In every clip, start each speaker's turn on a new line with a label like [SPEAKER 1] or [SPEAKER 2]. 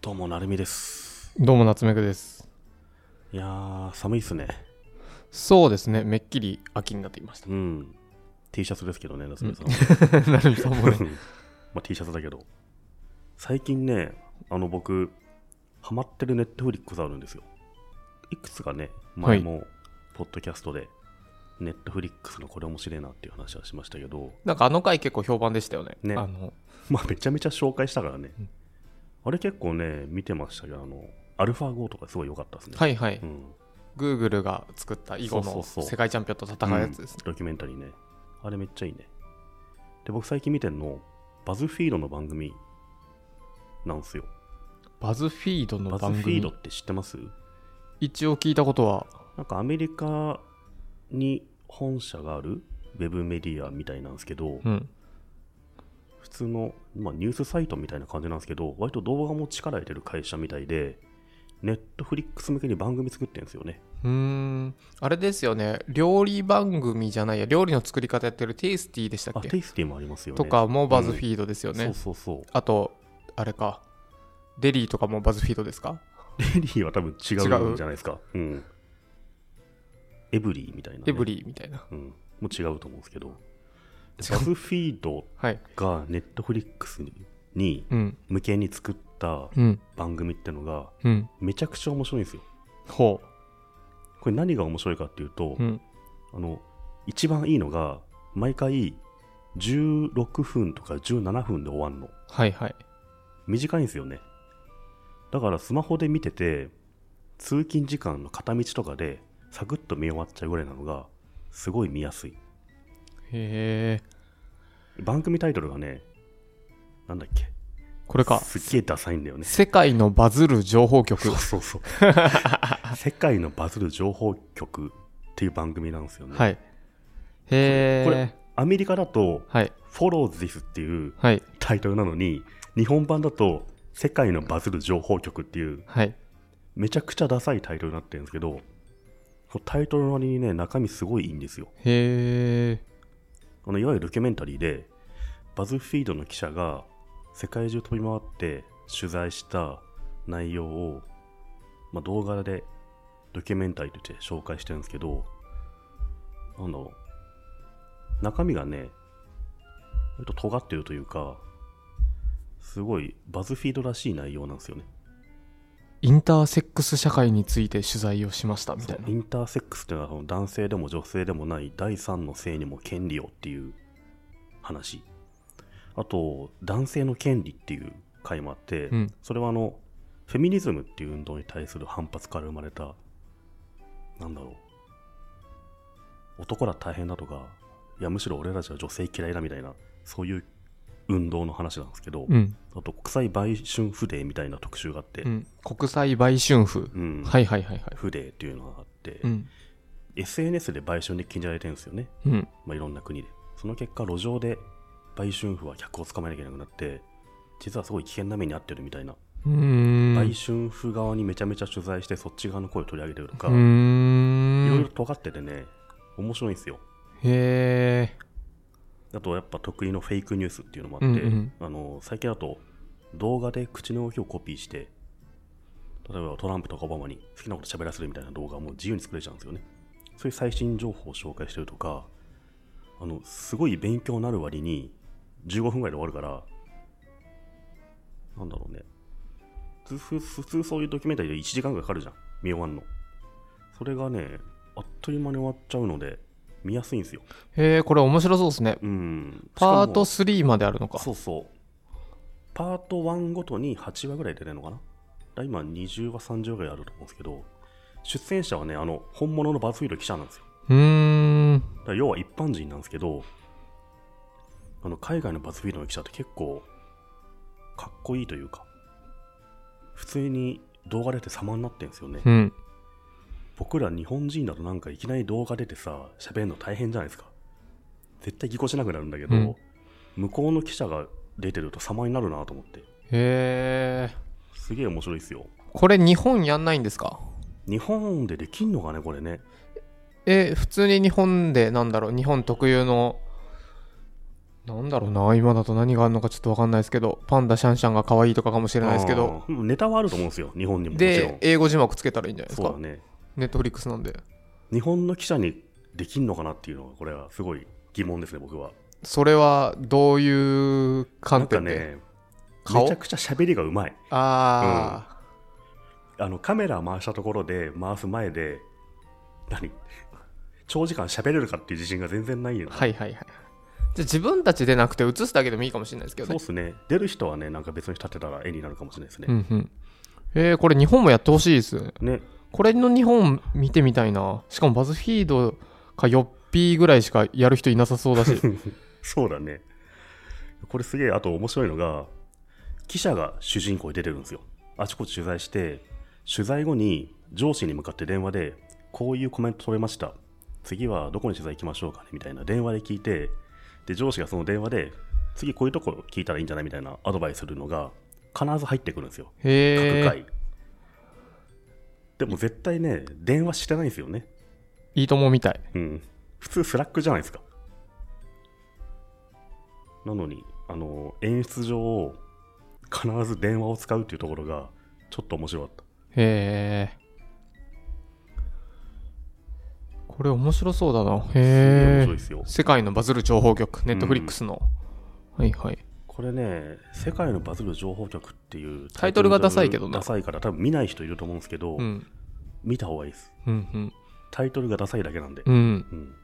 [SPEAKER 1] どうも、なるみです。
[SPEAKER 2] どうも夏目くです
[SPEAKER 1] いやー、寒いっすね。
[SPEAKER 2] そうですねめっきり秋になってきました
[SPEAKER 1] うん。T シャツですけどね、夏 目さんは。
[SPEAKER 2] なるみさんもね
[SPEAKER 1] まあ、T シャツだけど。最近ね、あの、僕、ハマってるネットフリックスあるんですよ。いくつかね、前も、ポッドキャストで、ネットフリックスのこれ面白いなっていう話はしましたけど、
[SPEAKER 2] なんかあの回結構評判でしたよね
[SPEAKER 1] ね
[SPEAKER 2] あの
[SPEAKER 1] まあ、めちゃめちゃ紹介したからね
[SPEAKER 2] うん。
[SPEAKER 1] あれ結構ね、見てましたけど、あの、アルファ5とかすごい良かったですね。。
[SPEAKER 2] はいいはい、
[SPEAKER 1] うん
[SPEAKER 2] Google が作った囲碁
[SPEAKER 1] そう
[SPEAKER 2] の
[SPEAKER 1] そうそう
[SPEAKER 2] 世界チャンピオンと戦うやつですね
[SPEAKER 1] ドキュメンタリーね。あれめっちゃいいね。で、僕最近見てんの、バズフィードの番組なんすよ。
[SPEAKER 2] バズフィードの
[SPEAKER 1] バズ
[SPEAKER 2] 番
[SPEAKER 1] フィー
[SPEAKER 2] 組
[SPEAKER 1] ドって知ってます
[SPEAKER 2] 一応聞いたことは
[SPEAKER 1] なんかアメリカに本社があるウェブメディアみたいなんですけど、
[SPEAKER 2] うん
[SPEAKER 1] 普通の、まあ、ニュースサイトみたいな感じなんですけど、割と動画も力入れる会社みたいで、ネットフリックス向けに番組作ってるんですよね。
[SPEAKER 2] うーんあれですよね料理番組じゃないや料理の作り方やってるテイスティでしたっ
[SPEAKER 1] あ、
[SPEAKER 2] け
[SPEAKER 1] テイスティもありますよね。
[SPEAKER 2] とかもバズフィードですよね、
[SPEAKER 1] そうそうそう。
[SPEAKER 2] あとあれかデリーとかもバズフィードですか
[SPEAKER 1] エリーは多分違
[SPEAKER 2] 違
[SPEAKER 1] うん
[SPEAKER 2] う
[SPEAKER 1] じゃないですか。うん。エブリーみたいな、ね。
[SPEAKER 2] エブリーみたいな
[SPEAKER 1] うん。もう違うと思うんですけど。
[SPEAKER 2] 違う
[SPEAKER 1] バズフィード
[SPEAKER 2] はい
[SPEAKER 1] がネットフリックスに
[SPEAKER 2] うん
[SPEAKER 1] 向けに作った
[SPEAKER 2] うん
[SPEAKER 1] 番組ってのが
[SPEAKER 2] うん
[SPEAKER 1] めちゃくちゃ面白いんですよ。
[SPEAKER 2] ほ
[SPEAKER 1] これ何が面白いかっていうと、
[SPEAKER 2] う、うん、
[SPEAKER 1] あの、一番いいのが、毎回16分とか17分で終わんの。
[SPEAKER 2] はいはい
[SPEAKER 1] 短いんですよね。だからスマホで見てて、通勤時間の片道とかで、サクッと見終わっちゃうぐらいなのが、すごい見やすい。
[SPEAKER 2] へえ
[SPEAKER 1] 番組タイトルがね、なんだっけ、
[SPEAKER 2] これか
[SPEAKER 1] すっげえダサいんだよね。
[SPEAKER 2] 世界のバズる情報局
[SPEAKER 1] そうそうそう。世界のバズる情報局っていう番組なんですよね。
[SPEAKER 2] はいへえ
[SPEAKER 1] これアメリカだと、
[SPEAKER 2] はい
[SPEAKER 1] フォローズ This っていう
[SPEAKER 2] はい
[SPEAKER 1] タイトルなのに、日本版だと、世界のバズる情報局っていう、
[SPEAKER 2] はい
[SPEAKER 1] めちゃくちゃダサいタイトルになってるんですけど、こうタイトルの割にね、中身すごいいいんですよ。
[SPEAKER 2] へえ
[SPEAKER 1] あのいわゆるドキュメンタリーで、バズフィードの記者が世界中飛び回って取材した内容を、まあ、動画でドキュメンタリーとして紹介してるんですけど、なんだろう。中身がね、割と尖ってるというか、すごいバズフィードらしい内容なんですよね。
[SPEAKER 2] インターセックス社会について取材をしましたみたいな
[SPEAKER 1] インターセックスっていうのはその男性でも女性でもない第三の性にも権利をっていう話あと男性の権利っていう回もあって、
[SPEAKER 2] うん
[SPEAKER 1] それはあのフェミニズムっていう運動に対する反発から生まれたなんだろう男ら大変だとかいやむしろ俺らじゃ女性嫌いだみたいなそういう運動の話なんですけど、
[SPEAKER 2] うん、
[SPEAKER 1] あと国際売春不デーみたいな特集があって、
[SPEAKER 2] うん、国際売春婦、
[SPEAKER 1] うん
[SPEAKER 2] はいはいはいはい
[SPEAKER 1] 不デーっていうのがあって、
[SPEAKER 2] うん
[SPEAKER 1] SNS で売春で禁じられてるんですよね、
[SPEAKER 2] うん
[SPEAKER 1] まあ、いろんな国でその結果路上で売春婦は客を捕まえなきゃいけなくなって実はすごい危険な目に遭ってるみたいな、
[SPEAKER 2] うーん
[SPEAKER 1] 売春婦側にめちゃめちゃ取材してそっち側の声を取り上げてるとか、
[SPEAKER 2] う
[SPEAKER 1] い
[SPEAKER 2] ーん
[SPEAKER 1] ろいろ尖っててね面白いんですよ
[SPEAKER 2] へえ
[SPEAKER 1] あとやっぱ得意のフェイクニュースっていうのもあって、
[SPEAKER 2] うんうん
[SPEAKER 1] あの最近だと動画で口の動きをコピーして例えばトランプとかオバマに好きなこと喋らせるみたいな動画をもう自由に作れちゃうんですよねそういう最新情報を紹介してるとかあのすごい勉強になる割に15分ぐらいで終わるからなんだろうね普通普通そういうドキュメンタリーで1時間ぐらいかかるじゃん見終わんのそれがねあっという間に終わっちゃうので見やすいんですよ
[SPEAKER 2] へえこれ面白そうですね
[SPEAKER 1] うん
[SPEAKER 2] パート
[SPEAKER 1] しか
[SPEAKER 2] 3まであるの
[SPEAKER 1] も
[SPEAKER 2] か
[SPEAKER 1] そうそうパート1ごとに8話ぐらい出れるのかなだから今20話30話ぐらいあると思うんですけど出演者はねあの本物のバズフィード記者なんですよ
[SPEAKER 2] うーん
[SPEAKER 1] だから要は一般人なんですけどあの海外のバズフィードの記者って結構かっこいいというか普通に動画出て様になってんですよね
[SPEAKER 2] うん
[SPEAKER 1] 僕ら日本人だとなんかいきなり動画出てさ喋るの大変じゃないですか絶対ぎこちなくなるんだけど、
[SPEAKER 2] うん
[SPEAKER 1] 向こうの記者が出てると様になるなと思って
[SPEAKER 2] へえ
[SPEAKER 1] すげえ面白いですよ
[SPEAKER 2] これ日本やんないんですか
[SPEAKER 1] 日本でできんのかねこれね
[SPEAKER 2] え普通に日本でなんだろう日本特有のなんだろうな今だと何があるのかちょっと分かんないですけどパンダシャンシャンが可愛いとかかもしれないですけど
[SPEAKER 1] あーネタはあると思うんですよ日本にももちろん
[SPEAKER 2] で英語字幕つけたらいいんじゃないです
[SPEAKER 1] そう
[SPEAKER 2] か
[SPEAKER 1] だね
[SPEAKER 2] ネットフリックスなんで
[SPEAKER 1] 日本の記者にできんのかなっていうのがこれはすごい疑問ですね僕は
[SPEAKER 2] それはどういう
[SPEAKER 1] なん
[SPEAKER 2] 観
[SPEAKER 1] か
[SPEAKER 2] 点で、
[SPEAKER 1] ね
[SPEAKER 2] 顔
[SPEAKER 1] めちゃくちゃ喋りがうまい
[SPEAKER 2] あ
[SPEAKER 1] あのカメラ回したところで回す前で何長時間喋れるかっていう自信が全然ないよ
[SPEAKER 2] あ、
[SPEAKER 1] ね
[SPEAKER 2] はいはいはいじゃあ自分たちでなくて映すだけでもいいかもしれないですけど
[SPEAKER 1] そう
[SPEAKER 2] ね
[SPEAKER 1] ですね出る人はねなんか別の人立てたら絵になるかもしれないです
[SPEAKER 2] う
[SPEAKER 1] ね、
[SPEAKER 2] んうんえー、これ日本もやってほしいですよね
[SPEAKER 1] ね
[SPEAKER 2] これの日本見てみたいなしかもバズフィードかヨッピーぐらいしかやる人いなさそ うだし
[SPEAKER 1] そうだねこれすげえあと面白いのが記者が主人公に出てるんですよあちこち取材して取材後に上司に向かって電話でこういうコメント取れました次はどこに取材行きましょうかねみたいな電話で聞いてで上司がその電話で次こういうとこ聞いたらいいんじゃないみたいなアドバイスするのが必ず入ってくるんですよ各
[SPEAKER 2] へえ
[SPEAKER 1] 回、でも絶対ね電話してないんですよね
[SPEAKER 2] いいともみたい
[SPEAKER 1] うん、普通スラックじゃないですかなのにあの演出上必ず電話を使うっていうところがちょっと面白かった
[SPEAKER 2] へえこれ面白そうだな
[SPEAKER 1] す
[SPEAKER 2] へ
[SPEAKER 1] ごい面白い
[SPEAKER 2] え
[SPEAKER 1] ですよ
[SPEAKER 2] 世界のバズる情報局ネットフリックスの、はいはい
[SPEAKER 1] これね「世界のバズる情報局」っていう
[SPEAKER 2] タイトルがダサいけどな
[SPEAKER 1] ダサいから多分見ない人いると思うんですけど、
[SPEAKER 2] うん
[SPEAKER 1] 見た方がいいです
[SPEAKER 2] うんうん
[SPEAKER 1] タイトルがダサいだけなんで、
[SPEAKER 2] うん
[SPEAKER 1] うん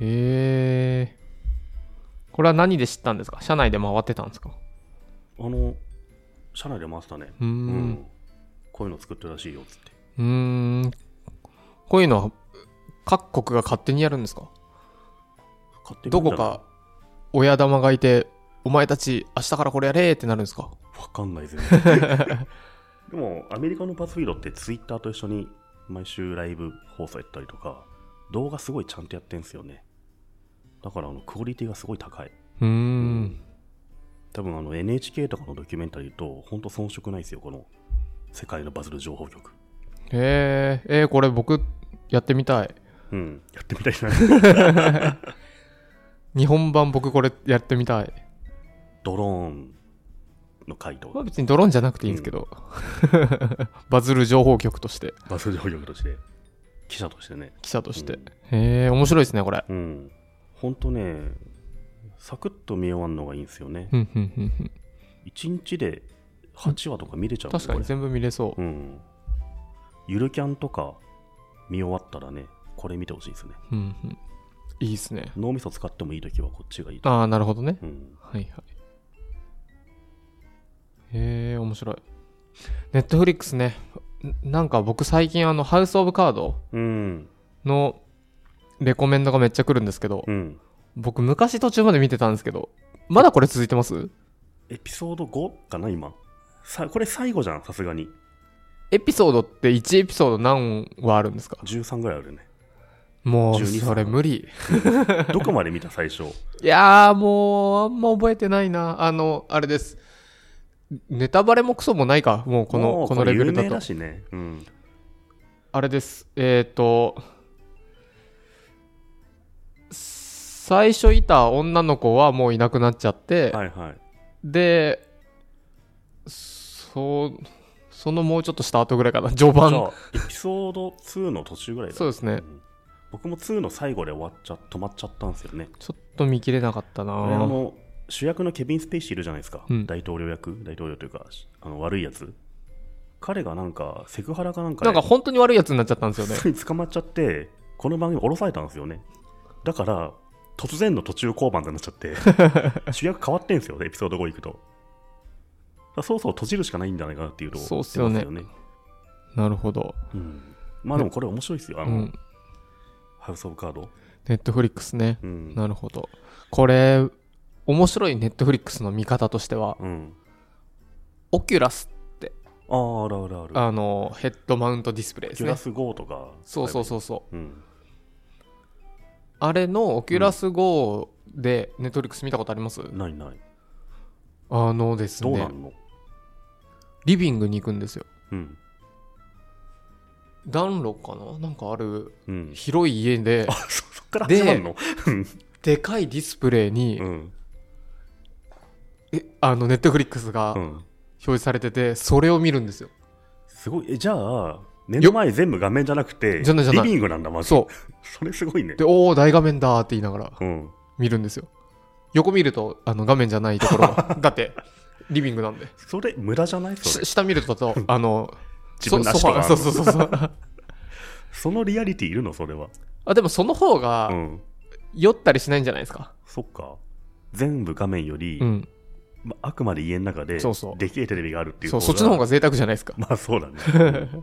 [SPEAKER 2] へえこれは何で知ったんですか社内で回ってたんですか
[SPEAKER 1] あの社内で回したね
[SPEAKER 2] うー
[SPEAKER 1] うんこういうの作ってるらしいよっつって
[SPEAKER 2] うーんこういうのは各国が勝手にやるんですか
[SPEAKER 1] 勝手に
[SPEAKER 2] ど
[SPEAKER 1] 見
[SPEAKER 2] こ
[SPEAKER 1] たら
[SPEAKER 2] か親玉がいてお前たち明日からこれやれってなるんですか
[SPEAKER 1] わかんない全然 でもアメリカのバズフィードってツイッターと一緒に毎週ライブ放送やったりとか動画すごいちゃんとやってんすよねだからあのクオリティがすごい高いう
[SPEAKER 2] ーん
[SPEAKER 1] 多分あの NHK とかのドキュメンタリーとほんと遜色ないですよこの世界のバズる情報局
[SPEAKER 2] へええーこれ僕やってみたい
[SPEAKER 1] うんやってみたいな
[SPEAKER 2] 日本版僕これやってみたい、
[SPEAKER 1] ドローンの回
[SPEAKER 2] まあ、
[SPEAKER 1] 答
[SPEAKER 2] 別にドローンじゃなくていいんですけ ど、バズる情報局として
[SPEAKER 1] バズる情報局として記者としてね
[SPEAKER 2] 記者として、
[SPEAKER 1] う
[SPEAKER 2] へえ面白いですねこれ
[SPEAKER 1] うんほんとねサクッと見終わるのがいいんですよね
[SPEAKER 2] うんうんうんうん
[SPEAKER 1] 1日で8話とか見れちゃうもん
[SPEAKER 2] 確か
[SPEAKER 1] こ
[SPEAKER 2] に
[SPEAKER 1] れ
[SPEAKER 2] 全部見れそう
[SPEAKER 1] うんゆるキャンとか見終わったらねこれ見てほしいですね
[SPEAKER 2] うんうんいいですね
[SPEAKER 1] 脳みそ使ってもいい時はこっちがいいと、
[SPEAKER 2] ああなるほどね
[SPEAKER 1] うん、
[SPEAKER 2] はいはいへえ面白いネットフリックスねんなんか僕最近あのハウス・オブ・カード
[SPEAKER 1] うん
[SPEAKER 2] のレコメンドがめっちゃ来るんですけど
[SPEAKER 1] うん
[SPEAKER 2] 僕昔途中まで見てたんですけどまだこれ続いてます
[SPEAKER 1] エピソード5かな今さこれ最後じゃんさすがに
[SPEAKER 2] エピソードって1エピソード何話あるんですか
[SPEAKER 1] 13ぐらい あるね
[SPEAKER 2] もう
[SPEAKER 1] 12
[SPEAKER 2] それ無理
[SPEAKER 1] どこまで見た最初
[SPEAKER 2] いやーもうあんま覚えてないなあのあれですネタバレもクソもないかもうこ
[SPEAKER 1] も
[SPEAKER 2] の
[SPEAKER 1] う
[SPEAKER 2] このレベルだ
[SPEAKER 1] 有名
[SPEAKER 2] と
[SPEAKER 1] だしね、うん、
[SPEAKER 2] あれです。えっ、と、最初いた女の子はもういなくなっちゃって、
[SPEAKER 1] はいはい
[SPEAKER 2] で、そそのもうちょっとした後ぐらいかな、序盤
[SPEAKER 1] じゃ。あエピソード2の途中ぐらいだ
[SPEAKER 2] そうですね。
[SPEAKER 1] ん僕も2の最後で終わっちゃ止まっちゃったんですよね
[SPEAKER 2] ちょっと見切れなかったな
[SPEAKER 1] あれあの主役のケビン・スペイシーいるじゃないですか、
[SPEAKER 2] うん
[SPEAKER 1] 大統領役大統領というかあの悪いやつ彼がなんかセクハラかなんか
[SPEAKER 2] なん
[SPEAKER 1] で
[SPEAKER 2] か本当に悪いやつになっちゃったんですよ ね。
[SPEAKER 1] 普通に捕まっちゃってこの番組降ろされたんですよねだから突然の途中降板になっちゃって 主役変わってんすよエピソード5行くとだからそろそろ閉じるしかないんじゃないかなっていうと
[SPEAKER 2] そうっすよね
[SPEAKER 1] 思ってま
[SPEAKER 2] なるほど。
[SPEAKER 1] すよねうんまあでもこれ面白いですよあ
[SPEAKER 2] う
[SPEAKER 1] の、
[SPEAKER 2] ん。
[SPEAKER 1] ハウス・オブ・カード、
[SPEAKER 2] ネットフリックスね。
[SPEAKER 1] うん
[SPEAKER 2] なるほど。これ、面白いネットフリックスの見方としては、
[SPEAKER 1] うん、
[SPEAKER 2] オキュラス、
[SPEAKER 1] あああるあるある
[SPEAKER 2] あの、ヘッドマウントディスプレイで
[SPEAKER 1] キ
[SPEAKER 2] す
[SPEAKER 1] ュラ
[SPEAKER 2] ね。
[SPEAKER 1] ス GO とか
[SPEAKER 2] そうそうそうそう。
[SPEAKER 1] う、うん、
[SPEAKER 2] あれのオキュラス GO でネットフリックス見たことあります、
[SPEAKER 1] ないない
[SPEAKER 2] あのです
[SPEAKER 1] どうな
[SPEAKER 2] ね
[SPEAKER 1] んの、
[SPEAKER 2] リビングに行くんですよ
[SPEAKER 1] うん
[SPEAKER 2] 暖炉かななんかある
[SPEAKER 1] うん、
[SPEAKER 2] 広い家で
[SPEAKER 1] あそそっから
[SPEAKER 2] で
[SPEAKER 1] 始まるの
[SPEAKER 2] でかいディスプレイに、
[SPEAKER 1] うん。
[SPEAKER 2] えあのネットフリックスが
[SPEAKER 1] う
[SPEAKER 2] 表
[SPEAKER 1] ん。
[SPEAKER 2] 示されててそれを見るんですよ
[SPEAKER 1] すごい。え、じゃあ、目の前全部画面じゃなくて、
[SPEAKER 2] じゃないじゃない
[SPEAKER 1] リビングなんだ、まず。
[SPEAKER 2] そ
[SPEAKER 1] それすごいね
[SPEAKER 2] う。でおお大画面だーって言いながら
[SPEAKER 1] うん。
[SPEAKER 2] 見るんですよ横見るとあの画面じゃないところ がだってリビングなんで
[SPEAKER 1] それ、無駄じゃないそれ。
[SPEAKER 2] し下見るととあの
[SPEAKER 1] 自分の足
[SPEAKER 2] そ
[SPEAKER 1] と
[SPEAKER 2] ソフ
[SPEAKER 1] か
[SPEAKER 2] ァ
[SPEAKER 1] ある
[SPEAKER 2] そ
[SPEAKER 1] の
[SPEAKER 2] うそうそうそう
[SPEAKER 1] そのリアリティいるのそれは。
[SPEAKER 2] あでもその方が、
[SPEAKER 1] うん。
[SPEAKER 2] 酔ったりしないんじゃないですか
[SPEAKER 1] そっか。全部画面より、
[SPEAKER 2] うん
[SPEAKER 1] まあくまで家の中で、
[SPEAKER 2] そうそう
[SPEAKER 1] でけえテレビがあるっていう
[SPEAKER 2] そうそっちの方
[SPEAKER 1] が。
[SPEAKER 2] が贅沢じゃないですか
[SPEAKER 1] まあそうだね。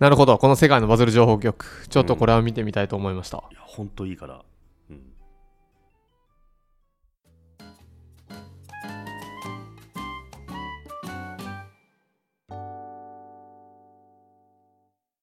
[SPEAKER 2] なるほどこの世界のバズる情報局ちょっとこれは見てみたいと思いました、
[SPEAKER 1] いや、ほんといいから。うん。